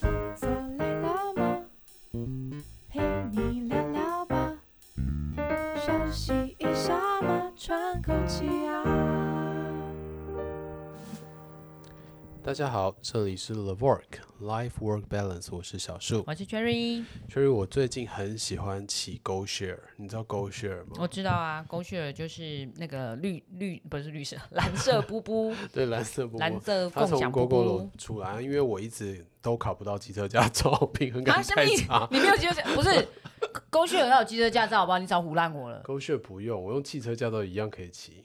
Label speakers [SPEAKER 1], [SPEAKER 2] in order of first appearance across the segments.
[SPEAKER 1] 坐累了吗？陪你聊聊吧，休息一下嘛，喘口气啊。
[SPEAKER 2] 大家好，这里是 The Work Life Work Balance，我是小树。
[SPEAKER 3] 我是 Cherry，
[SPEAKER 2] 其实我最近很喜欢骑 GoShare，你知道 GoShare 吗？
[SPEAKER 3] 我知道啊，狗血儿就是那个绿绿不是绿色，蓝色布布，
[SPEAKER 2] 对，蓝色波
[SPEAKER 3] 蓝
[SPEAKER 2] 波，
[SPEAKER 3] 色
[SPEAKER 2] 他
[SPEAKER 3] 共
[SPEAKER 2] 从
[SPEAKER 3] 享
[SPEAKER 2] g o
[SPEAKER 3] 布
[SPEAKER 2] g o
[SPEAKER 3] 布。
[SPEAKER 2] 出来，因为我一直都考不到机车驾照， 平衡感
[SPEAKER 3] 啊，什么
[SPEAKER 2] 太
[SPEAKER 3] 意思
[SPEAKER 2] 差？。
[SPEAKER 3] 你没有机车？不是，狗血儿要有机车驾照，好不好？你少唬烂我了，
[SPEAKER 2] GoShare 不用，我用汽车驾照一样可以骑。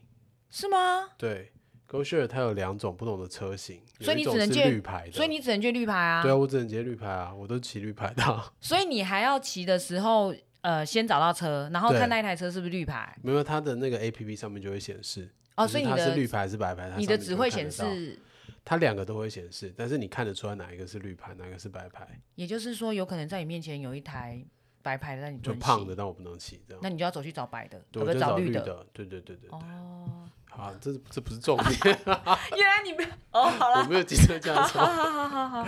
[SPEAKER 3] 是吗？
[SPEAKER 2] 对，GoShare 它有两种不同的车型，
[SPEAKER 3] 所以你
[SPEAKER 2] 有一
[SPEAKER 3] 只能
[SPEAKER 2] 种是
[SPEAKER 3] 借
[SPEAKER 2] 绿牌的，
[SPEAKER 3] 所以你只能去绿牌啊。
[SPEAKER 2] 对啊，我只能接绿牌啊，我都骑绿牌的啊、
[SPEAKER 3] 所以你还要骑的时候，呃，先找到车，然后
[SPEAKER 2] 对
[SPEAKER 3] 看那一台车是不是绿牌。
[SPEAKER 2] 没有，它的那个 A P P 上面就会显示
[SPEAKER 3] 哦，
[SPEAKER 2] 只
[SPEAKER 3] 所以
[SPEAKER 2] 是
[SPEAKER 3] 你
[SPEAKER 2] 它是
[SPEAKER 3] 的
[SPEAKER 2] 绿牌还是白牌，它
[SPEAKER 3] 你的
[SPEAKER 2] 上面
[SPEAKER 3] 只
[SPEAKER 2] 就
[SPEAKER 3] 会
[SPEAKER 2] 看
[SPEAKER 3] 显
[SPEAKER 2] 得到，
[SPEAKER 3] 示，
[SPEAKER 2] 它两个都会显示，但是你看得出来哪一个是绿牌，哪个是白牌，
[SPEAKER 3] 也就是说，有可能在你面前有一台白牌的，但你不
[SPEAKER 2] 就
[SPEAKER 3] 能
[SPEAKER 2] 胖
[SPEAKER 3] 骑
[SPEAKER 2] 的，但我不能骑这样
[SPEAKER 3] 那。你就要走去找白的，
[SPEAKER 2] 对，
[SPEAKER 3] 或
[SPEAKER 2] 我就
[SPEAKER 3] 者
[SPEAKER 2] 找
[SPEAKER 3] 绿
[SPEAKER 2] 绿
[SPEAKER 3] 的。
[SPEAKER 2] 的，对对对对对。
[SPEAKER 3] 哦，
[SPEAKER 2] 好，这这不是重点，
[SPEAKER 3] 原来你没有哦，好
[SPEAKER 2] 我
[SPEAKER 3] 啦，
[SPEAKER 2] 没有机车驾
[SPEAKER 3] 好
[SPEAKER 2] 照，
[SPEAKER 3] 好好好好。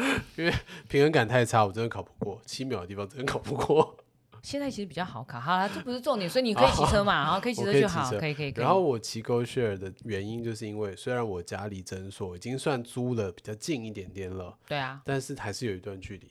[SPEAKER 2] 平衡感太差，我真的考不过，七秒的地方真的考不过。
[SPEAKER 3] 现在其实比较好考，好了，这不是重点，所以你可以骑 车嘛，然后可以骑
[SPEAKER 2] 我
[SPEAKER 3] 车
[SPEAKER 2] 可以
[SPEAKER 3] 就
[SPEAKER 2] 骑
[SPEAKER 3] 好，
[SPEAKER 2] 车
[SPEAKER 3] 可以可以可以。
[SPEAKER 2] 然后我骑 GoShare 的原因，就是因为虽然我家离诊所已经算租了比较近一点点了，
[SPEAKER 3] 对啊，
[SPEAKER 2] 但是还是有一段 距离。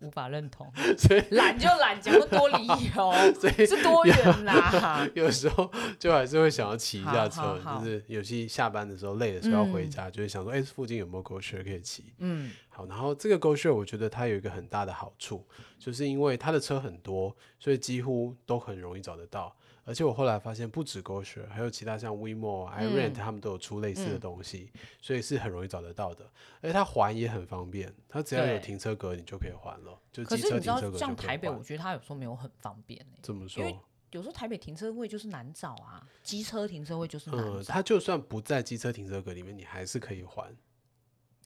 [SPEAKER 3] 无法认 同，
[SPEAKER 2] 所以
[SPEAKER 3] 懒就懒，讲那么多理由，
[SPEAKER 2] 所以
[SPEAKER 3] 是多远啦？
[SPEAKER 2] 有时候就还是会想要骑一下车，
[SPEAKER 3] 好好好
[SPEAKER 2] 就是有些下班的时候累的时候要回
[SPEAKER 3] 嗯
[SPEAKER 2] 家，就会想说，哎、附近有没有 GoShare 可以骑？
[SPEAKER 3] 嗯，
[SPEAKER 2] 好，然后这个 GoShare 我觉得它有一个很大的好处，就是因为它的车很多，所以几乎都很容易找得到。而且我后来发现，不止 GoShare，还有其他像 WeMo 啊、
[SPEAKER 3] 嗯
[SPEAKER 2] iRent，、他们都有出类似的
[SPEAKER 3] 嗯
[SPEAKER 2] 东西，所以是很容易找得到的。而且它还也很方便，它只要有
[SPEAKER 3] 对
[SPEAKER 2] 停车格，你就可以还了，就
[SPEAKER 3] 可
[SPEAKER 2] 机
[SPEAKER 3] 是
[SPEAKER 2] 车
[SPEAKER 3] 你知
[SPEAKER 2] 停
[SPEAKER 3] 道
[SPEAKER 2] 车格，就
[SPEAKER 3] 像
[SPEAKER 2] 可以
[SPEAKER 3] 台北，
[SPEAKER 2] 还
[SPEAKER 3] 我觉得它有时候没有很方便欸
[SPEAKER 2] 怎么
[SPEAKER 3] 因为
[SPEAKER 2] 说？
[SPEAKER 3] 有时候台北停车位就是难找啊，机车停车位就是
[SPEAKER 2] 嗯，
[SPEAKER 3] 难找，
[SPEAKER 2] 它就算不在机车停车格里面，你还是可以还。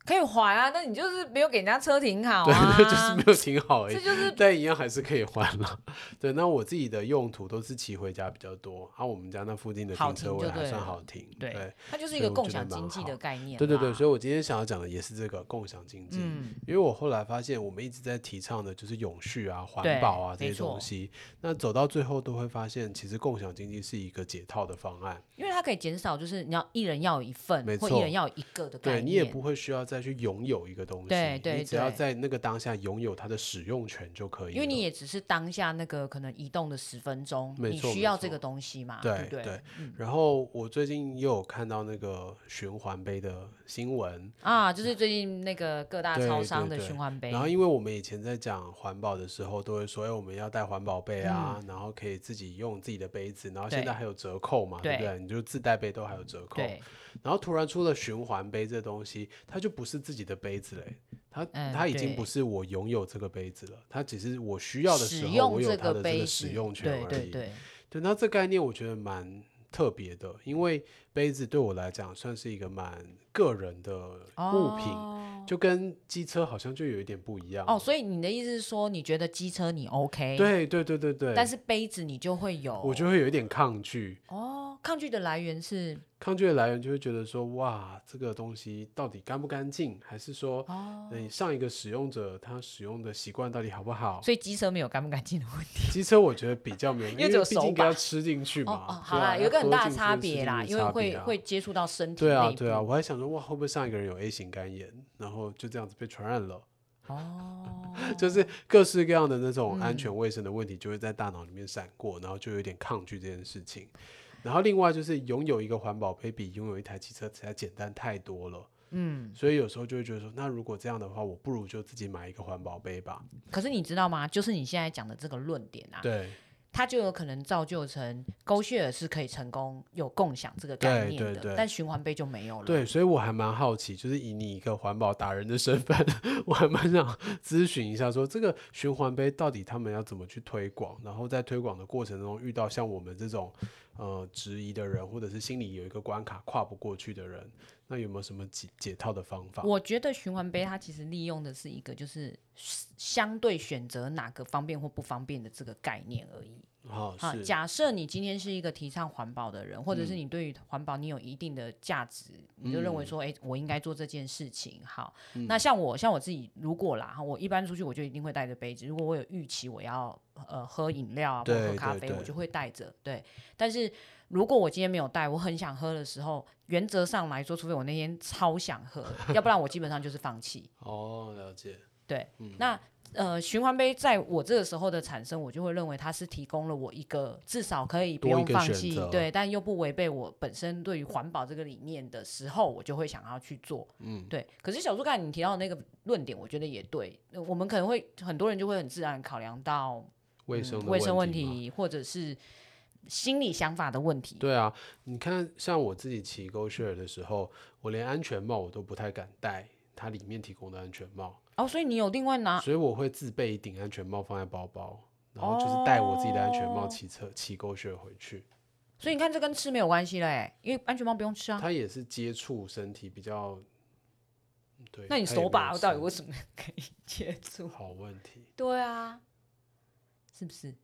[SPEAKER 3] 可以还啊，但你就是没有给人家车停好
[SPEAKER 2] 对
[SPEAKER 3] 啊，
[SPEAKER 2] 对， 就是没有停好而已
[SPEAKER 3] 这。就是
[SPEAKER 2] 但一样还是可以还了。对，那我自己的用途都是骑回家比较多，啊，我们家那附近的
[SPEAKER 3] 好
[SPEAKER 2] 停车
[SPEAKER 3] 停
[SPEAKER 2] 位
[SPEAKER 3] 就
[SPEAKER 2] 还
[SPEAKER 3] 对
[SPEAKER 2] 算
[SPEAKER 3] 了
[SPEAKER 2] 好停。
[SPEAKER 3] 对
[SPEAKER 2] 对
[SPEAKER 3] 它就是一
[SPEAKER 2] 所以
[SPEAKER 3] 个
[SPEAKER 2] 我
[SPEAKER 3] 共
[SPEAKER 2] 觉得
[SPEAKER 3] 享
[SPEAKER 2] 蛮
[SPEAKER 3] 经济
[SPEAKER 2] 好
[SPEAKER 3] 的概念啦，
[SPEAKER 2] 对对对，所以我今天想要讲的也是这个共享经济。
[SPEAKER 3] 嗯，
[SPEAKER 2] 因为我后来发现，我们一直在提倡的就是永续啊、环
[SPEAKER 3] 对
[SPEAKER 2] 保啊这
[SPEAKER 3] 没
[SPEAKER 2] 些东
[SPEAKER 3] 错
[SPEAKER 2] 西。那走到最后都会发现，其实共享经济是一个解套的方案。
[SPEAKER 3] 因为它可以减少，就是你要一人要有一份
[SPEAKER 2] 没，
[SPEAKER 3] 或
[SPEAKER 2] 错
[SPEAKER 3] 一人要有一个的
[SPEAKER 2] 对
[SPEAKER 3] 概念，
[SPEAKER 2] 你也不会需要再去拥有一个东西，
[SPEAKER 3] 对对
[SPEAKER 2] 你只要
[SPEAKER 3] 对
[SPEAKER 2] 在那个当下拥有它的使用权就可以了。
[SPEAKER 3] 因为你也只是当下那个可能移动的十分钟，
[SPEAKER 2] 没
[SPEAKER 3] 你
[SPEAKER 2] 错
[SPEAKER 3] 需
[SPEAKER 2] 没
[SPEAKER 3] 要
[SPEAKER 2] 错
[SPEAKER 3] 这个东西嘛，
[SPEAKER 2] 对
[SPEAKER 3] 啊不对？
[SPEAKER 2] 对
[SPEAKER 3] 嗯
[SPEAKER 2] 然后我最近又有看到那个循环杯的新闻，
[SPEAKER 3] 啊，就是最近那个各大
[SPEAKER 2] 对
[SPEAKER 3] 超
[SPEAKER 2] 对
[SPEAKER 3] 商的
[SPEAKER 2] 对
[SPEAKER 3] 循环杯，
[SPEAKER 2] 然后因为我们以前在讲环保的时候，都会说，哎，我们要带环保杯啊，然后可以自己用自己的杯子，然后现
[SPEAKER 3] 嗯对
[SPEAKER 2] 在还有折扣嘛，对不
[SPEAKER 3] 对
[SPEAKER 2] 对？你就自带杯都还有折扣，
[SPEAKER 3] 对，
[SPEAKER 2] 然后突然出了循环杯这东西，它就不是自己的杯子嘞，它、
[SPEAKER 3] 嗯
[SPEAKER 2] 它已经
[SPEAKER 3] 对
[SPEAKER 2] 不是我拥有这个杯子了，它只是我需要的时
[SPEAKER 3] 使
[SPEAKER 2] 候，
[SPEAKER 3] 用
[SPEAKER 2] 我有它的
[SPEAKER 3] 个
[SPEAKER 2] 这
[SPEAKER 3] 杯
[SPEAKER 2] 个
[SPEAKER 3] 子，
[SPEAKER 2] 使用权而
[SPEAKER 3] 对
[SPEAKER 2] 已。
[SPEAKER 3] 对对，
[SPEAKER 2] 对，那这概念我觉得蛮特别的，因为杯子对我来讲算是一个蛮个人的物品，
[SPEAKER 3] 哦
[SPEAKER 2] 就跟机车好像就有一点不一样
[SPEAKER 3] 哦，。所以你的意思是说，你觉得机车你 OK，，
[SPEAKER 2] 对对对对对，
[SPEAKER 3] 但是杯子你就会有，
[SPEAKER 2] 我就会有一点抗拒，
[SPEAKER 3] 哦，抗拒的来源是
[SPEAKER 2] 抗拒的来源就会觉得说，哇，这个东西到底干不干净，还是说，
[SPEAKER 3] 哦，
[SPEAKER 2] 你上一个使用者他使用的习惯到底好不好？
[SPEAKER 3] 所以机车没有干不干净的问题。
[SPEAKER 2] 机车我觉得比较没有，因
[SPEAKER 3] 因为只有
[SPEAKER 2] 毕竟
[SPEAKER 3] 手
[SPEAKER 2] 应该要
[SPEAKER 3] 把
[SPEAKER 2] 吃进去嘛。
[SPEAKER 3] 哦哦，
[SPEAKER 2] 对
[SPEAKER 3] 好
[SPEAKER 2] 啊
[SPEAKER 3] 啦，有一个很大的差别啦，因为会会接触到身体内部。
[SPEAKER 2] 要喝进去吃进去的差别啊啊对啊，对啊，我还想说哇，会不会上一个人有 A 型肝炎，然后就这样子被传染了？
[SPEAKER 3] 哦，
[SPEAKER 2] 就是各式各样的那种安
[SPEAKER 3] 嗯
[SPEAKER 2] 全卫生的问题，就会在大脑里面闪过，然后就有点抗拒这件事情。然后另外就是拥有一个环保杯比拥有一台汽车实在简单太多了，
[SPEAKER 3] 嗯，
[SPEAKER 2] 所以有时候就会觉得说，那如果这样的话，我不如就自己买一个环保杯吧。
[SPEAKER 3] 可是你知道吗？就是你现在讲的这个论点啊，
[SPEAKER 2] 对
[SPEAKER 3] 它就有可能造就成勾血是可以成功有共享这个概
[SPEAKER 2] 对
[SPEAKER 3] 念
[SPEAKER 2] 对
[SPEAKER 3] 的，
[SPEAKER 2] 对
[SPEAKER 3] 但循环杯就没有了。
[SPEAKER 2] 对，所以我还蛮好奇，就是以你一个环保达人的身份， 我还蛮想咨询一下说这个循环杯到底他们要怎么去推广，然后在推广的过程中遇到像我们这种呃质疑的人，或者是心里有一个关卡跨不过去的人，那有没有什么解解套的方法？
[SPEAKER 3] 我觉得循环杯它其实利用的是一个就是相对选择哪个方便或不方便的这个概念而已。
[SPEAKER 2] 好
[SPEAKER 3] 好，
[SPEAKER 2] 是嗯
[SPEAKER 3] 假设你今天是一个提倡环保的人，或者是你对于环保你有一定的价值，你就认为说，哎、我应该做这件事情。好，
[SPEAKER 2] 嗯
[SPEAKER 3] 那像我，像我自己，如果啦，我一般出去我就一定会带着杯子。如果我有预期我要呃喝饮料啊，或者
[SPEAKER 2] 对
[SPEAKER 3] 喝咖
[SPEAKER 2] 对
[SPEAKER 3] 啡，
[SPEAKER 2] 对
[SPEAKER 3] 我就会带着。对，但是如果我今天没有带，我很想喝的时候，原则上来说，除非我那天超想喝，要不然我基本上就是放弃。
[SPEAKER 2] 哦，了解，
[SPEAKER 3] 对，
[SPEAKER 2] 嗯
[SPEAKER 3] 那呃，循环杯在我这个时候的产生，我就会认为它是提供了我一个至少可以不
[SPEAKER 2] 多一
[SPEAKER 3] 用
[SPEAKER 2] 个
[SPEAKER 3] 放
[SPEAKER 2] 选
[SPEAKER 3] 弃
[SPEAKER 2] 择，
[SPEAKER 3] 对，但又不违背我本身对于环保这个理念的时候，我就会想要去做。嗯，对。可是小猪刚才你提到的那个论点，我觉得也对。呃我们可能会很多人就会很自然考量到
[SPEAKER 2] 卫
[SPEAKER 3] 嗯
[SPEAKER 2] 生的
[SPEAKER 3] 卫生问
[SPEAKER 2] 嘛
[SPEAKER 3] 题，或者是心理想法的问题。
[SPEAKER 2] 对啊，你看，像我自己骑 GoShare 的时候，我连安全帽我都不太敢戴，它里面提供的安全帽，
[SPEAKER 3] 哦，所以你有另外拿
[SPEAKER 2] 所以我会自备一顶安全帽放在包包，然后就是戴我自己的安全帽
[SPEAKER 3] 哦
[SPEAKER 2] 骑车骑 GoShare 回去。
[SPEAKER 3] 所以你看，这跟吃没有关系嘞，因为安全帽不用吃啊。
[SPEAKER 2] 它也是接触身体比较，对。它
[SPEAKER 3] 那你
[SPEAKER 2] 也没
[SPEAKER 3] 手
[SPEAKER 2] 有
[SPEAKER 3] 把到
[SPEAKER 2] 吃
[SPEAKER 3] 底
[SPEAKER 2] 啊
[SPEAKER 3] 为什么 可以接触？
[SPEAKER 2] 好问题？
[SPEAKER 3] 对啊，是不是？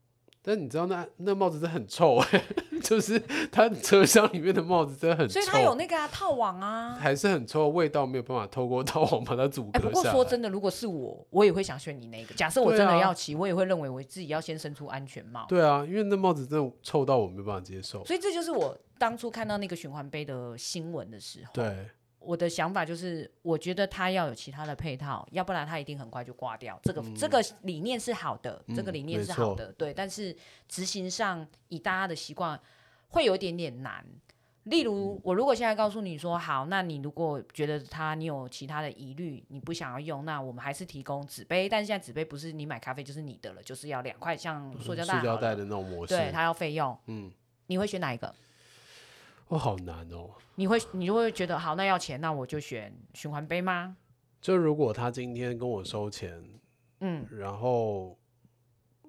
[SPEAKER 2] 但你知道那那帽子真的很臭哎、 就是它车厢里面的帽子真的很臭，
[SPEAKER 3] 所以他有那个啊套 网啊。
[SPEAKER 2] 还是很臭，味道没有办法透过 套网把它阻
[SPEAKER 3] 哎，
[SPEAKER 2] 隔
[SPEAKER 3] 不过
[SPEAKER 2] 下来。
[SPEAKER 3] 说真的，如果是我，我也会想选你那个。假设我
[SPEAKER 2] 对
[SPEAKER 3] 真的
[SPEAKER 2] 啊
[SPEAKER 3] 要骑，我也会认为我自己要先伸出安全帽。
[SPEAKER 2] 对啊，因为那帽子真的臭到我没办法接受。
[SPEAKER 3] 所以这就是我当初看到那个循环杯的新闻的时候，
[SPEAKER 2] 对，
[SPEAKER 3] 我的想法就是，我觉得它要有其他的配套，要不然它一定很快就挂掉。这个、这个理念是好的，这个
[SPEAKER 2] 嗯
[SPEAKER 3] 理念
[SPEAKER 2] 没
[SPEAKER 3] 是
[SPEAKER 2] 错
[SPEAKER 3] 好的，对。但是执行上，以大家的习惯，会有一点点难。例
[SPEAKER 2] 嗯
[SPEAKER 3] 如，我如果现在告诉你说，好，那你如果觉得它你有其他的疑虑，你不想要用，那我们还是提供纸杯，但现在纸杯不是你买咖啡就是你的了，就是要两块，像塑胶袋好
[SPEAKER 2] 塑
[SPEAKER 3] 了，
[SPEAKER 2] 胶袋的那种模式，
[SPEAKER 3] 对，它要费用，
[SPEAKER 2] 嗯，
[SPEAKER 3] 你会选哪一个？
[SPEAKER 2] 哇，好难哦。
[SPEAKER 3] 你会你就会觉得，好，那要钱，那我就选循环杯吗？
[SPEAKER 2] 就如果他今天跟我收钱，
[SPEAKER 3] 嗯
[SPEAKER 2] 然后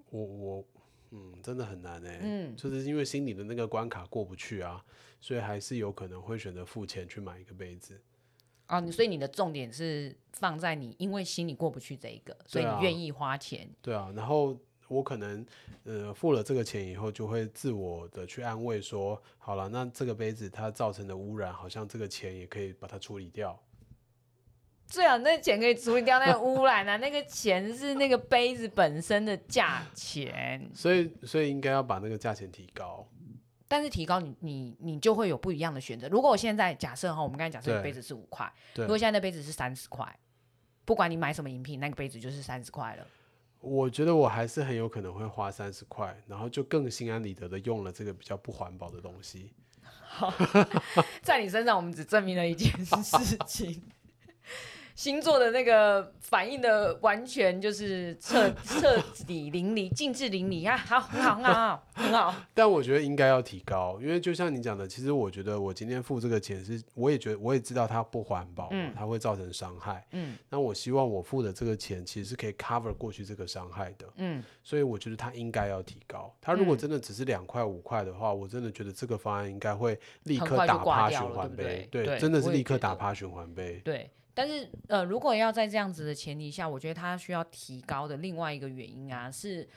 [SPEAKER 2] 我我嗯，真的很难哎、
[SPEAKER 3] 嗯。
[SPEAKER 2] 就是因为心里的那个关卡过不去啊，所以还是有可能会选择付钱去买一个杯子。
[SPEAKER 3] 啊，你所以你的重点是放在你因为心里过不去这一个，所以
[SPEAKER 2] 对啊
[SPEAKER 3] 你愿意花钱。
[SPEAKER 2] 对啊，然后我可能呃付了这个钱以后，就会自我的去安慰说，好了，那这个杯子它造成的污染，好像这个钱也可以把它处理掉。
[SPEAKER 3] 最好啊那钱可以处理掉那个污染啊，那 个钱是那个杯子本身的价钱，
[SPEAKER 2] 所以，所以应该要把那个价钱提高。
[SPEAKER 3] 但是提高你你你就会有不一样的选择。如果我现在假设哈，我们刚才假设
[SPEAKER 2] 对
[SPEAKER 3] 杯子是五块，
[SPEAKER 2] 对
[SPEAKER 3] 如，果现在那杯子是三十块，不管你买什么饮品，那个杯子就是三十块了。
[SPEAKER 2] 我觉得我还是很有可能会花三十块，然后就更心安理得的用了这个比较不环保的东西。
[SPEAKER 3] 在你身上，我们只证明了一件事情： 星座的那个反应的完全就是彻彻底淋漓、 尽致淋漓啊！好，很好，很好，很好。
[SPEAKER 2] 但我觉得应该要提高，因为就像你讲的，其实我觉得我今天付这个钱是，我也觉得我也知道它不环保嘛，
[SPEAKER 3] 嗯
[SPEAKER 2] 它会造成伤害。
[SPEAKER 3] 嗯
[SPEAKER 2] 那我希望我付的这个钱其实是可以 cover 过去这个伤害的，
[SPEAKER 3] 嗯，
[SPEAKER 2] 所以我觉得它应该要提高。它如果
[SPEAKER 3] 嗯
[SPEAKER 2] 真的只是两块五块的话，我真的觉得这个方案应该会立
[SPEAKER 3] 很
[SPEAKER 2] 刻
[SPEAKER 3] 快就
[SPEAKER 2] 打
[SPEAKER 3] 挂
[SPEAKER 2] 趴循
[SPEAKER 3] 掉了
[SPEAKER 2] 环
[SPEAKER 3] 对不
[SPEAKER 2] 杯，
[SPEAKER 3] 对对
[SPEAKER 2] 真的是
[SPEAKER 3] 我也
[SPEAKER 2] 立刻
[SPEAKER 3] 觉
[SPEAKER 2] 打
[SPEAKER 3] 得
[SPEAKER 2] 趴循环杯。
[SPEAKER 3] 对。但是呃，如果要在这样子的前提下，我觉得它需要提高的另外一个原因啊，是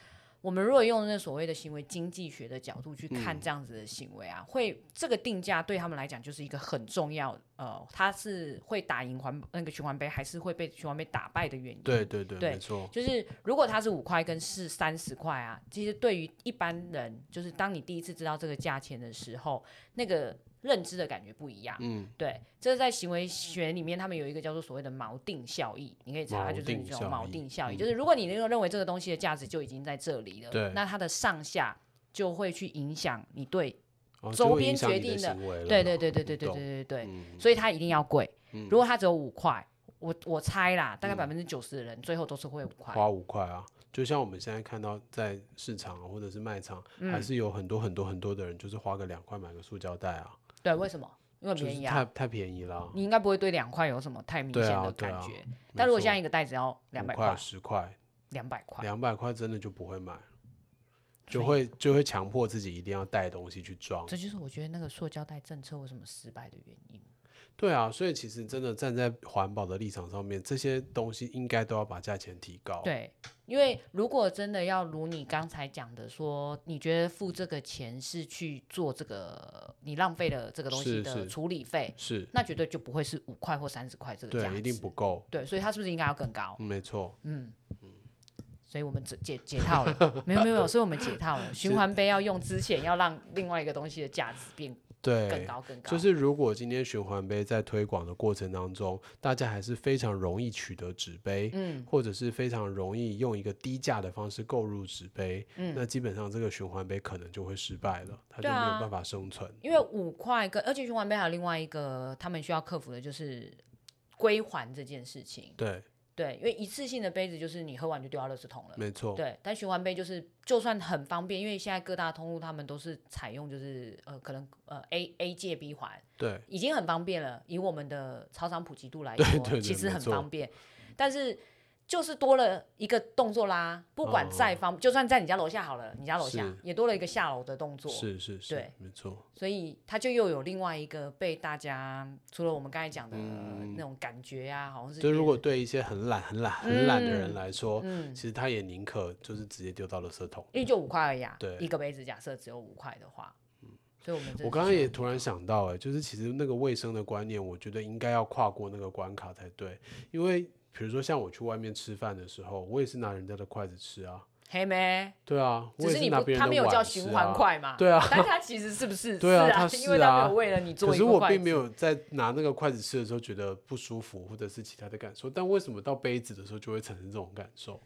[SPEAKER 3] 我们如果用那所谓的行为经济学的角度去看这样子的行为啊，会这个定价对他们来讲就是一个很重要，呃，它是会打赢环那个循环杯，还是会被循环杯打败的原因。
[SPEAKER 2] 对对对，
[SPEAKER 3] 嗯对
[SPEAKER 2] 没错。
[SPEAKER 3] 就是如果它是五块跟是三十块啊，其实对于一般人，就是当你第一次知道这个价钱的时候，那个认知的感觉不一样。
[SPEAKER 2] 嗯，
[SPEAKER 3] 对，这是在行为学里面，他们有一个叫做所谓的锚定效益，你可以查，
[SPEAKER 2] 锚
[SPEAKER 3] 它就是
[SPEAKER 2] 定
[SPEAKER 3] 一种
[SPEAKER 2] 效
[SPEAKER 3] 锚
[SPEAKER 2] 益
[SPEAKER 3] 定效益，
[SPEAKER 2] 嗯
[SPEAKER 3] 就是如果你那个认为这个东西的价值就已经在这里
[SPEAKER 2] 对
[SPEAKER 3] 了，那它的上下就会去影响你对，
[SPEAKER 2] 哦
[SPEAKER 3] 周
[SPEAKER 2] 就会影
[SPEAKER 3] 边
[SPEAKER 2] 响
[SPEAKER 3] 决
[SPEAKER 2] 你
[SPEAKER 3] 定的
[SPEAKER 2] 行为了
[SPEAKER 3] 对
[SPEAKER 2] 嘛
[SPEAKER 3] 对对对对对对
[SPEAKER 2] 懂
[SPEAKER 3] 对对对，
[SPEAKER 2] 嗯
[SPEAKER 3] 所以它一定要贵。
[SPEAKER 2] 嗯
[SPEAKER 3] 如果它只有五块，我我猜啦，大概
[SPEAKER 2] 嗯
[SPEAKER 3] 百分之九十的人最后都是会五块。
[SPEAKER 2] 花五块啊，就像我们现在看到在市场啊或者是卖场，
[SPEAKER 3] 嗯
[SPEAKER 2] 还是有很多很多很多的人就是花个两块买个塑胶袋啊，
[SPEAKER 3] 对，为什么？因为
[SPEAKER 2] 就
[SPEAKER 3] 便
[SPEAKER 2] 是
[SPEAKER 3] 宜啊
[SPEAKER 2] 太。太便宜啦。
[SPEAKER 3] 你应该不会对两块有什么太明
[SPEAKER 2] 对
[SPEAKER 3] 显
[SPEAKER 2] 啊
[SPEAKER 3] 的
[SPEAKER 2] 对
[SPEAKER 3] 感
[SPEAKER 2] 啊
[SPEAKER 3] 觉，
[SPEAKER 2] 没
[SPEAKER 3] 但如果
[SPEAKER 2] 错
[SPEAKER 3] 现在一个袋子要两
[SPEAKER 2] 5
[SPEAKER 3] 百
[SPEAKER 2] 块、
[SPEAKER 3] 块、
[SPEAKER 2] 十块、
[SPEAKER 3] 两百块，
[SPEAKER 2] 两百块，真的就不会买，就
[SPEAKER 3] 所以
[SPEAKER 2] 会就会强迫自己一定要带东西去装。
[SPEAKER 3] 这就是我觉得那个塑胶袋政策为什么失败的原因。
[SPEAKER 2] 对啊，所以其实真的站在环保的立场上面，这些东西应该都要把价钱提高。，
[SPEAKER 3] 对，因为如果真的要如你刚才讲的说，你觉得付这个钱是去做这个你浪费了这个东西
[SPEAKER 2] 是
[SPEAKER 3] 的
[SPEAKER 2] 是
[SPEAKER 3] 处理费，
[SPEAKER 2] 是，
[SPEAKER 3] 那绝对就不会是五块或三十块这个价
[SPEAKER 2] 对，
[SPEAKER 3] 值，
[SPEAKER 2] 一定不够。
[SPEAKER 3] 对，所以它是不是应该要更高？
[SPEAKER 2] 嗯没错，
[SPEAKER 3] 嗯。所以我们解解解套了， 没有没有没有，所以我们解套了。循环杯要用之前，要让另外一个东西的价值变更
[SPEAKER 2] 对。
[SPEAKER 3] 高更高。
[SPEAKER 2] 就是如果今天循环杯在推广的过程当中，大家还是非常容易取得纸杯，
[SPEAKER 3] 嗯
[SPEAKER 2] 或者是非常容易用一个低价的方式购入纸杯，那
[SPEAKER 3] 嗯，
[SPEAKER 2] 基本上这个循环杯可能就会失败了，它就
[SPEAKER 3] 对
[SPEAKER 2] 没
[SPEAKER 3] 啊
[SPEAKER 2] 有办法生存。
[SPEAKER 3] 因为五块跟而且循环杯还有另外一个他们需要克服的就是归还这件事情。
[SPEAKER 2] 对，
[SPEAKER 3] 对，因为一次性的杯子就是你喝完就丢到垃圾桶了。
[SPEAKER 2] 没错，
[SPEAKER 3] 呃对，但循环杯就是就算很方便，因为现在各大通路他们都是采用就是呃可能呃 A A 借 B 还，
[SPEAKER 2] 对，
[SPEAKER 3] 已经很方便了。以我们的超商普及度来说，
[SPEAKER 2] 对对对
[SPEAKER 3] 其实
[SPEAKER 2] 没
[SPEAKER 3] 很
[SPEAKER 2] 错
[SPEAKER 3] 方便，但是就是多了一个动作啦。不管
[SPEAKER 2] 哦
[SPEAKER 3] 再方，就算在你家楼下好了，你家楼下
[SPEAKER 2] 是
[SPEAKER 3] 也多了一个下楼的动作。
[SPEAKER 2] 是是是
[SPEAKER 3] 对，
[SPEAKER 2] 没错，
[SPEAKER 3] 所以它就又有另外一个被大家除了我们刚才讲的那种感觉啊，好像是
[SPEAKER 2] 嗯就如
[SPEAKER 3] 别
[SPEAKER 2] 果
[SPEAKER 3] 人
[SPEAKER 2] 对一些很懒、很懒、很懒的人
[SPEAKER 3] 嗯
[SPEAKER 2] 来说，
[SPEAKER 3] 嗯
[SPEAKER 2] 其，实他也宁可就是直接丢到垃圾桶。
[SPEAKER 3] 因为就五块而已啊，
[SPEAKER 2] 对嗯
[SPEAKER 3] 一个杯子假设只有五块的话，所以我们这啊
[SPEAKER 2] 我
[SPEAKER 3] 是
[SPEAKER 2] 刚刚
[SPEAKER 3] 需要
[SPEAKER 2] 也突然想到、哎，就是其实那个卫生的观念，我觉得应该要跨过那个关卡才对。因为比如说像我去外面吃饭的时候，我也是拿人家的筷子吃啊，
[SPEAKER 3] 黑妹，
[SPEAKER 2] 对啊，我
[SPEAKER 3] 只
[SPEAKER 2] 也
[SPEAKER 3] 是你
[SPEAKER 2] 拿
[SPEAKER 3] 不
[SPEAKER 2] 别人
[SPEAKER 3] 他
[SPEAKER 2] 的
[SPEAKER 3] 没有
[SPEAKER 2] 碗
[SPEAKER 3] 叫
[SPEAKER 2] 吃
[SPEAKER 3] 循环
[SPEAKER 2] 啊。
[SPEAKER 3] 筷嘛，
[SPEAKER 2] 对啊，
[SPEAKER 3] 但他其实是不是？
[SPEAKER 2] 对啊
[SPEAKER 3] 啊，
[SPEAKER 2] 它
[SPEAKER 3] 因
[SPEAKER 2] 是
[SPEAKER 3] 为他没
[SPEAKER 2] 啊
[SPEAKER 3] 有为了 你做
[SPEAKER 2] 可
[SPEAKER 3] 一
[SPEAKER 2] 是
[SPEAKER 3] 个
[SPEAKER 2] 我
[SPEAKER 3] 筷
[SPEAKER 2] 并没
[SPEAKER 3] 子
[SPEAKER 2] 有在拿那个筷子吃的时候觉得不舒服，或者是其他的感受。但为什么到杯子的时候就会产生这种感受？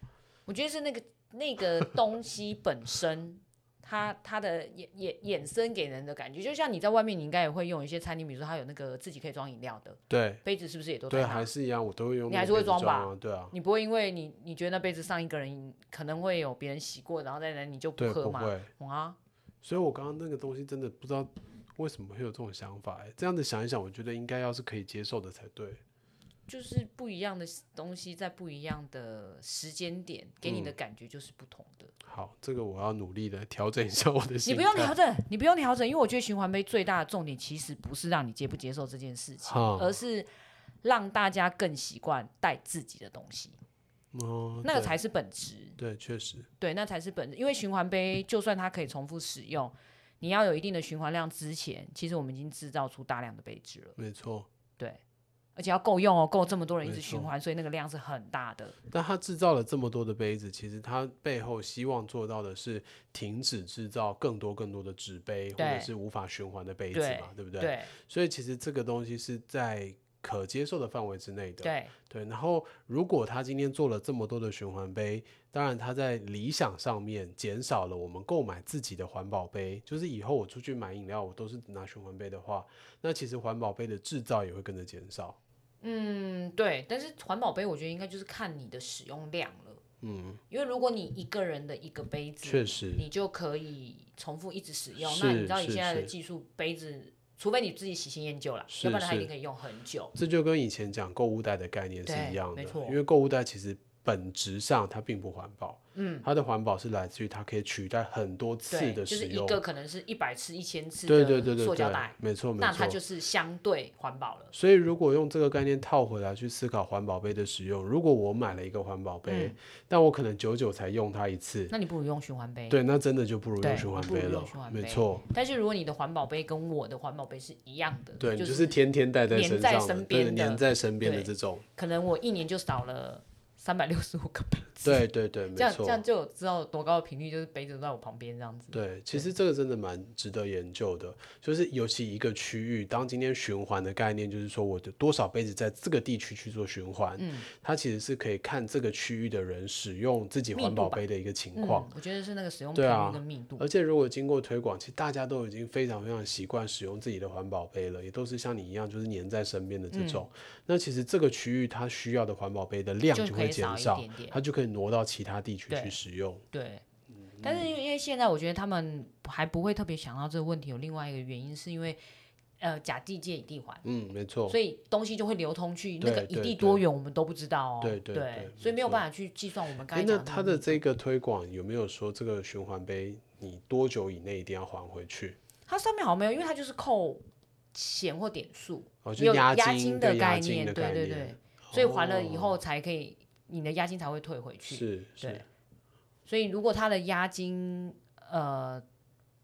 [SPEAKER 3] 我觉得是那个那个东西本身，它它的衍衍衍生给人的感觉，就像你在外面，你应该也会用一些餐厅，比如说它有那个自己可以装饮料的
[SPEAKER 2] 对
[SPEAKER 3] 杯子，是不是也都在
[SPEAKER 2] 对，
[SPEAKER 3] 那
[SPEAKER 2] 还是一样，我都会用
[SPEAKER 3] 你
[SPEAKER 2] 那
[SPEAKER 3] 还
[SPEAKER 2] 个
[SPEAKER 3] 是会
[SPEAKER 2] 杯子装
[SPEAKER 3] 装吧
[SPEAKER 2] 啊？对啊，
[SPEAKER 3] 你不会因为你你觉得那杯子上一个人可能会有别人洗过，然后在那你就
[SPEAKER 2] 对，
[SPEAKER 3] 喝
[SPEAKER 2] 不
[SPEAKER 3] 嘛？
[SPEAKER 2] 会。
[SPEAKER 3] 嗯啊，
[SPEAKER 2] 所以我刚刚那个东西真的不知道为什么会有这种想法、欸。这样子想一想，我觉得应该要是可以接受的才对。
[SPEAKER 3] 就是不一样的东西，在不一样的时间点，给
[SPEAKER 2] 嗯
[SPEAKER 3] 你的感觉就是不同的。
[SPEAKER 2] 好，这个我要努力的调整一下我的心
[SPEAKER 3] 你
[SPEAKER 2] 态。
[SPEAKER 3] 不用调整，你不用调整，因为我觉得循环杯最大的重点其实不是让你接不接受这件事情，
[SPEAKER 2] 哈
[SPEAKER 3] 而是让大家更习惯带自己的东西，
[SPEAKER 2] 哦，
[SPEAKER 3] 那个
[SPEAKER 2] 对
[SPEAKER 3] 才是本质。
[SPEAKER 2] 对，确实
[SPEAKER 3] 对，那才是本质。因为循环杯就算它可以重复使用，你要有一定的循环量之前，其实我们已经制造出大量的杯子了。
[SPEAKER 2] 没错。
[SPEAKER 3] 对，而且要够用哦，够这么多人一直
[SPEAKER 2] 没
[SPEAKER 3] 循
[SPEAKER 2] 错
[SPEAKER 3] 环，所以那个量是很大的。
[SPEAKER 2] 但他制造了这么多的杯子，其实他背后希望做到的是停止制造更多更多的纸杯，或
[SPEAKER 3] 对
[SPEAKER 2] 者是无法循环的杯子嘛，对不对？
[SPEAKER 3] 对
[SPEAKER 2] 所以其实这个东西是在可接受的范围之内的。
[SPEAKER 3] 对，
[SPEAKER 2] 对，然后如果他今天做了这么多的循环杯，当然他在理想上面减少了我们购买自己的环保杯，就是以后我出去买饮料我都是拿循环杯的话，那其实环保杯的制造也会跟着减少。
[SPEAKER 3] 嗯对。但是环保杯，我觉得应该就是看你的使用量了。
[SPEAKER 2] 嗯，
[SPEAKER 3] 因为如果你一个人的一个杯子，
[SPEAKER 2] 确实
[SPEAKER 3] 你就可以重复一直使用。那
[SPEAKER 2] 是
[SPEAKER 3] 你知道你
[SPEAKER 2] 是
[SPEAKER 3] 现在的
[SPEAKER 2] 是
[SPEAKER 3] 技术杯子，除非你自己喜新厌旧了，
[SPEAKER 2] 是
[SPEAKER 3] 要不然它一
[SPEAKER 2] 是
[SPEAKER 3] 定可以用很久。
[SPEAKER 2] 这就跟以前讲购物袋的概念是
[SPEAKER 3] 对
[SPEAKER 2] 一样的
[SPEAKER 3] 没错，
[SPEAKER 2] 因为购物袋其实本质上它并不环保，
[SPEAKER 3] 嗯，
[SPEAKER 2] 它的环保是来自于它可以取代很多次
[SPEAKER 3] 对，
[SPEAKER 2] 的
[SPEAKER 3] 就
[SPEAKER 2] 使
[SPEAKER 3] 是一
[SPEAKER 2] 用。
[SPEAKER 3] 个可能是一百次、一千次
[SPEAKER 2] 对对对
[SPEAKER 3] 的
[SPEAKER 2] 对
[SPEAKER 3] 塑胶
[SPEAKER 2] 对
[SPEAKER 3] 袋，，
[SPEAKER 2] 没错没错。
[SPEAKER 3] 那它就是相对环保了。
[SPEAKER 2] 所以，如果用这个概念套回来去思考环保杯的使用，如果我买了一个环保杯，
[SPEAKER 3] 嗯
[SPEAKER 2] 但我可能久久才用它一次，
[SPEAKER 3] 那你不如用循环杯。
[SPEAKER 2] 对，那真的就不如
[SPEAKER 3] 对
[SPEAKER 2] 用循环
[SPEAKER 3] 不如
[SPEAKER 2] 杯了
[SPEAKER 3] 用循，环
[SPEAKER 2] 没
[SPEAKER 3] 杯
[SPEAKER 2] 错，
[SPEAKER 3] 但是如果你的环保杯跟我的环保杯是一样的，
[SPEAKER 2] 对，你
[SPEAKER 3] 就
[SPEAKER 2] 就是天天带在
[SPEAKER 3] 粘
[SPEAKER 2] 身
[SPEAKER 3] 在
[SPEAKER 2] 上的，
[SPEAKER 3] 身
[SPEAKER 2] 对
[SPEAKER 3] 边的
[SPEAKER 2] 粘在身边的
[SPEAKER 3] 对
[SPEAKER 2] 这 种，
[SPEAKER 3] 可能我一年就少了三百六十五个杯子。
[SPEAKER 2] 对对对，
[SPEAKER 3] 这
[SPEAKER 2] 没
[SPEAKER 3] 样这样
[SPEAKER 2] 错，
[SPEAKER 3] 就有知道有多高的频率，就是杯子都在我旁边这样子。
[SPEAKER 2] 对，其实这个真的蛮值得研究的，就是尤其一个区域，当今天循环的概念，就是说我的多少杯子在这个地区去做循环，
[SPEAKER 3] 嗯
[SPEAKER 2] 它其实是可以看这个区域的人使用自己
[SPEAKER 3] 密
[SPEAKER 2] 环
[SPEAKER 3] 度
[SPEAKER 2] 保
[SPEAKER 3] 吧
[SPEAKER 2] 杯的一个情况。
[SPEAKER 3] 嗯，我觉得是那个使用频
[SPEAKER 2] 对啊
[SPEAKER 3] 率跟密度。
[SPEAKER 2] 而且如果经过推广，其实大家都已经非常非常习惯使用自己的环保杯了，也都是像你一样，就是粘在身边的
[SPEAKER 3] 嗯
[SPEAKER 2] 这种。那其实这个区域它需要的环保杯的量
[SPEAKER 3] 就可
[SPEAKER 2] 会
[SPEAKER 3] 以
[SPEAKER 2] 减
[SPEAKER 3] 少一
[SPEAKER 2] 少，
[SPEAKER 3] 点点
[SPEAKER 2] 它就可以挪到其他地区
[SPEAKER 3] 对
[SPEAKER 2] 去使用。
[SPEAKER 3] 对，
[SPEAKER 2] 嗯
[SPEAKER 3] 但是因为因为现在我觉得他们还不会特别想到这个问题，有另外一个原因是因为呃甲地借乙地还。
[SPEAKER 2] 嗯，没错
[SPEAKER 3] 所。以东西就会流通去那个
[SPEAKER 2] 对
[SPEAKER 3] 一
[SPEAKER 2] 对对
[SPEAKER 3] 地多元，我们都不知道哦。
[SPEAKER 2] 对对对
[SPEAKER 3] 所以没
[SPEAKER 2] 没
[SPEAKER 3] 有
[SPEAKER 2] 错
[SPEAKER 3] 办法去计算我们刚
[SPEAKER 2] 诶
[SPEAKER 3] 才
[SPEAKER 2] 那
[SPEAKER 3] 讲
[SPEAKER 2] 它
[SPEAKER 3] 那个
[SPEAKER 2] 的这个推广有没有说这个循环杯你多久以内一定要还回去？
[SPEAKER 3] 它上面好像没有，因为它就是扣钱或点数，
[SPEAKER 2] 哦，
[SPEAKER 3] 你
[SPEAKER 2] 就
[SPEAKER 3] 有
[SPEAKER 2] 押
[SPEAKER 3] 押
[SPEAKER 2] 金
[SPEAKER 3] 的
[SPEAKER 2] 对押
[SPEAKER 3] 概
[SPEAKER 2] 金的概
[SPEAKER 3] 对对
[SPEAKER 2] 念，
[SPEAKER 3] 对，所以还了以
[SPEAKER 2] 哦
[SPEAKER 3] 后才可以，你的押金才会退回去。
[SPEAKER 2] 是是
[SPEAKER 3] 对，所以如果他的押金呃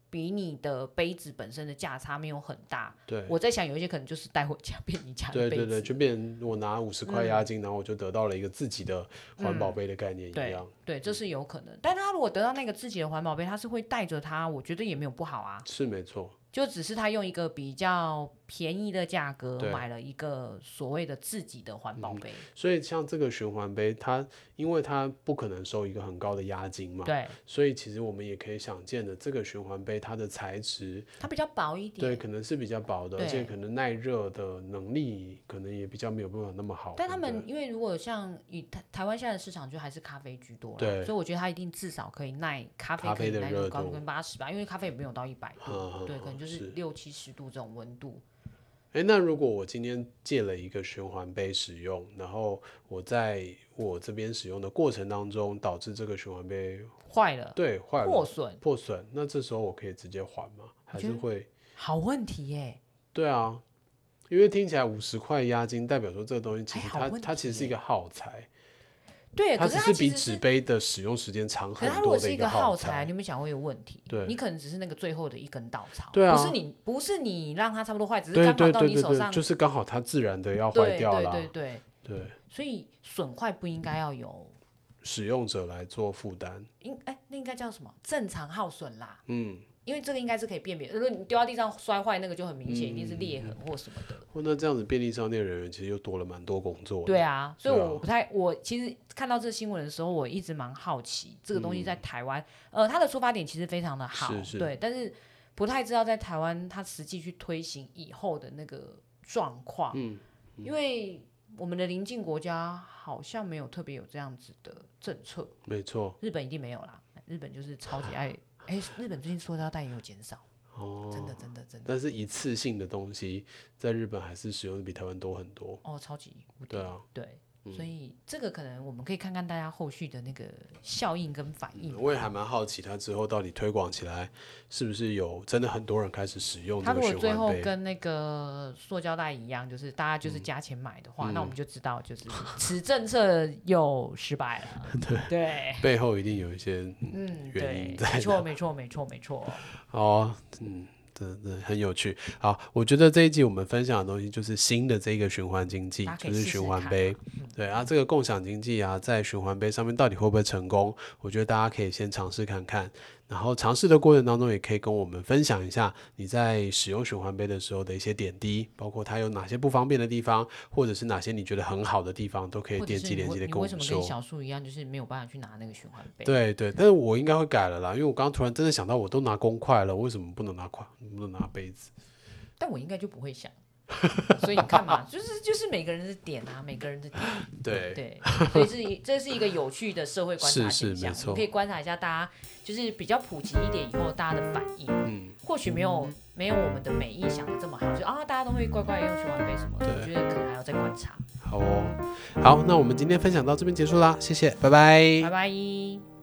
[SPEAKER 3] 比你的杯子本身的价差没有很大，
[SPEAKER 2] 对
[SPEAKER 3] 我在想有一些可能就是带回家变你家的
[SPEAKER 2] 对
[SPEAKER 3] 杯
[SPEAKER 2] 对
[SPEAKER 3] 子。
[SPEAKER 2] 对，就变成我拿五十块
[SPEAKER 3] 嗯
[SPEAKER 2] 押金，然后我就得到了一个自己的环保杯的概念一
[SPEAKER 3] 对
[SPEAKER 2] 样，
[SPEAKER 3] 对这是有可能。但他如果得到那个自己的环保杯，他是会带着它，我觉得也没有不好啊。
[SPEAKER 2] 是没错，
[SPEAKER 3] 就只是他用一个比较便宜的价格
[SPEAKER 2] 对嗯
[SPEAKER 3] 买了一个所谓的自己的环保杯，
[SPEAKER 2] 所以像这个循环杯，它因为它不可能收一个很高的押金嘛，
[SPEAKER 3] 对，
[SPEAKER 2] 所以其实我们也可以想见的，这个循环杯它的材质
[SPEAKER 3] 它比较薄一
[SPEAKER 2] 对
[SPEAKER 3] 点，
[SPEAKER 2] 可能是比较薄的，而且
[SPEAKER 3] 对
[SPEAKER 2] 可能耐热的能力可能也比较没有办法那么好。
[SPEAKER 3] 但他
[SPEAKER 2] 哦对不
[SPEAKER 3] 们因为如果像以台台湾现在的市场，就还是咖啡居多啦，
[SPEAKER 2] 对
[SPEAKER 3] 所以我觉得它一定至少可以耐咖啡
[SPEAKER 2] 咖
[SPEAKER 3] 可
[SPEAKER 2] 啡
[SPEAKER 3] 以
[SPEAKER 2] 的
[SPEAKER 3] 耐
[SPEAKER 2] 热
[SPEAKER 3] 度高
[SPEAKER 2] 度
[SPEAKER 3] 跟八十吧，因为咖啡也没有到一百
[SPEAKER 2] 对嗯
[SPEAKER 3] 度，对，
[SPEAKER 2] 嗯
[SPEAKER 3] 可能就
[SPEAKER 2] 嗯
[SPEAKER 3] 是
[SPEAKER 2] 是
[SPEAKER 3] 六七十度这种温度，
[SPEAKER 2] 哎，那如果我今天借了一个循环杯使用，然后我在我这边使用的过程当中，导致这个循环杯
[SPEAKER 3] 坏了
[SPEAKER 2] 对坏了
[SPEAKER 3] 破损，
[SPEAKER 2] 破损，那这时候我可以直接还吗？还
[SPEAKER 3] 觉
[SPEAKER 2] 是
[SPEAKER 3] 得
[SPEAKER 2] 会？
[SPEAKER 3] 好问题耶，
[SPEAKER 2] 对啊，因为听起来五十块押金，代表说这个东西其
[SPEAKER 3] 哎
[SPEAKER 2] 实
[SPEAKER 3] 好
[SPEAKER 2] 它
[SPEAKER 3] 问
[SPEAKER 2] 它其
[SPEAKER 3] 题
[SPEAKER 2] 实是一
[SPEAKER 3] 耶
[SPEAKER 2] 个耗材，
[SPEAKER 3] 对，
[SPEAKER 2] 它
[SPEAKER 3] 可是
[SPEAKER 2] 只
[SPEAKER 3] 它
[SPEAKER 2] 比
[SPEAKER 3] 其实
[SPEAKER 2] 纸
[SPEAKER 3] 是。
[SPEAKER 2] 杯的使用时间长
[SPEAKER 3] 可
[SPEAKER 2] 很
[SPEAKER 3] 是它如
[SPEAKER 2] 多
[SPEAKER 3] 果
[SPEAKER 2] 的
[SPEAKER 3] 是一
[SPEAKER 2] 个
[SPEAKER 3] 个耗
[SPEAKER 2] 材。
[SPEAKER 3] 材，你有没有想过有问题？
[SPEAKER 2] 对
[SPEAKER 3] 你可能只是那个最后的一根稻草，
[SPEAKER 2] 对啊
[SPEAKER 3] 不是你，不是你让它差不多坏，只是
[SPEAKER 2] 对
[SPEAKER 3] 刚好
[SPEAKER 2] 对
[SPEAKER 3] 到
[SPEAKER 2] 对
[SPEAKER 3] 你
[SPEAKER 2] 对
[SPEAKER 3] 手
[SPEAKER 2] 对，
[SPEAKER 3] 上，
[SPEAKER 2] 就是刚好它自然的要坏
[SPEAKER 3] 对
[SPEAKER 2] 掉
[SPEAKER 3] 对
[SPEAKER 2] 啦。
[SPEAKER 3] 对对，
[SPEAKER 2] 对，
[SPEAKER 3] 所以损坏不应该要有，
[SPEAKER 2] 使用者来做负担。
[SPEAKER 3] 应哎，那应该叫什么？正常耗损啦，
[SPEAKER 2] 嗯，
[SPEAKER 3] 因为这个应该是可以辨别。如果你丢到地上摔坏，那个就很明
[SPEAKER 2] 嗯
[SPEAKER 3] 显，一定是裂痕或什么的。
[SPEAKER 2] 哦那这样子便利商店人员其实又多了蛮多工作的。
[SPEAKER 3] 对啊，所以
[SPEAKER 2] 对啊
[SPEAKER 3] 我不太，我其实看到这个新闻的时候，我一直蛮好奇这个东西在台湾，呃，它的出发点其实非常的好，
[SPEAKER 2] 嗯是是
[SPEAKER 3] 对，但是不太知道在台湾它实际去推行以后的那个状况，
[SPEAKER 2] 嗯
[SPEAKER 3] 因为我们的邻近国家好像没有特别有这样子的政策，
[SPEAKER 2] 没错。
[SPEAKER 3] 日本一定没有啦，日本就是超级爱，哎，日本最近塑料袋也有减少，
[SPEAKER 2] 啊哦，
[SPEAKER 3] 真的真的真的，
[SPEAKER 2] 但是一次性的东西在日本还是使用的比台湾多很多。
[SPEAKER 3] 哦，超级无敌
[SPEAKER 2] 对啊，
[SPEAKER 3] 对，所以这个可能我们可以看看大家后续的那个效应跟反应。
[SPEAKER 2] 我也还蛮好奇，它之后到底推广起来是不是有真的很多人开始使用
[SPEAKER 3] 它
[SPEAKER 2] 这
[SPEAKER 3] 如
[SPEAKER 2] 个
[SPEAKER 3] 果
[SPEAKER 2] 循
[SPEAKER 3] 最后
[SPEAKER 2] 环杯？
[SPEAKER 3] 跟那个塑胶袋一样，就是大家就是加
[SPEAKER 2] 嗯
[SPEAKER 3] 钱买的话，那我们就知道就是 此政策又失败 了。对
[SPEAKER 2] 背后一定有一些嗯
[SPEAKER 3] 嗯，
[SPEAKER 2] 原
[SPEAKER 3] 对
[SPEAKER 2] 因，在
[SPEAKER 3] 没错，没错，没错，没错。
[SPEAKER 2] 哦，嗯，真的很有趣。好，我觉得这一集我们分享的东西就是新的这个循环经济
[SPEAKER 3] 大家，
[SPEAKER 2] 就
[SPEAKER 3] 可以
[SPEAKER 2] 是
[SPEAKER 3] 试
[SPEAKER 2] 循
[SPEAKER 3] 试
[SPEAKER 2] 环
[SPEAKER 3] 看
[SPEAKER 2] 杯
[SPEAKER 3] 啊。嗯
[SPEAKER 2] 对啊，这个共享经济啊，在循环杯上面到底会不会成功？我觉得大家可以先尝试看看，然后尝试的过程当中，也可以跟我们分享一下你在使用循环杯的时候的一些点滴，包括它有哪些不方便的地方，或者是哪些你觉得很好的地方， 都可以
[SPEAKER 3] 或者
[SPEAKER 2] 点
[SPEAKER 3] 是
[SPEAKER 2] 击
[SPEAKER 3] 你
[SPEAKER 2] 点击
[SPEAKER 3] 为
[SPEAKER 2] 的
[SPEAKER 3] 你
[SPEAKER 2] 跟我
[SPEAKER 3] 为什
[SPEAKER 2] 们
[SPEAKER 3] 么跟
[SPEAKER 2] 说。
[SPEAKER 3] 小树一样，就是没有办法去拿那个循环杯？
[SPEAKER 2] 对对，但是我应该会改了啦，因为我刚刚突然真的想到，我都拿公筷了，为什么不能拿筷，不能拿杯子？
[SPEAKER 3] 但我应该就不会想。所以你看嘛，就是就是每个人的点啊，每个人的点。
[SPEAKER 2] 对，
[SPEAKER 3] 嗯对，所以是一这是一个有趣的社会观察
[SPEAKER 2] 是是
[SPEAKER 3] 现象，
[SPEAKER 2] 没错
[SPEAKER 3] 你可以观察一下大家就是比较普及一点以后大家的反应，
[SPEAKER 2] 嗯，
[SPEAKER 3] 或许没有没有我们的美意想的这么好，就啊大家都会乖乖地用循环杯什么的，
[SPEAKER 2] 对
[SPEAKER 3] 我觉得可能还要再观察。
[SPEAKER 2] 好哦，好，那我们今天分享到这边结束啦，谢谢，拜拜
[SPEAKER 3] 拜拜。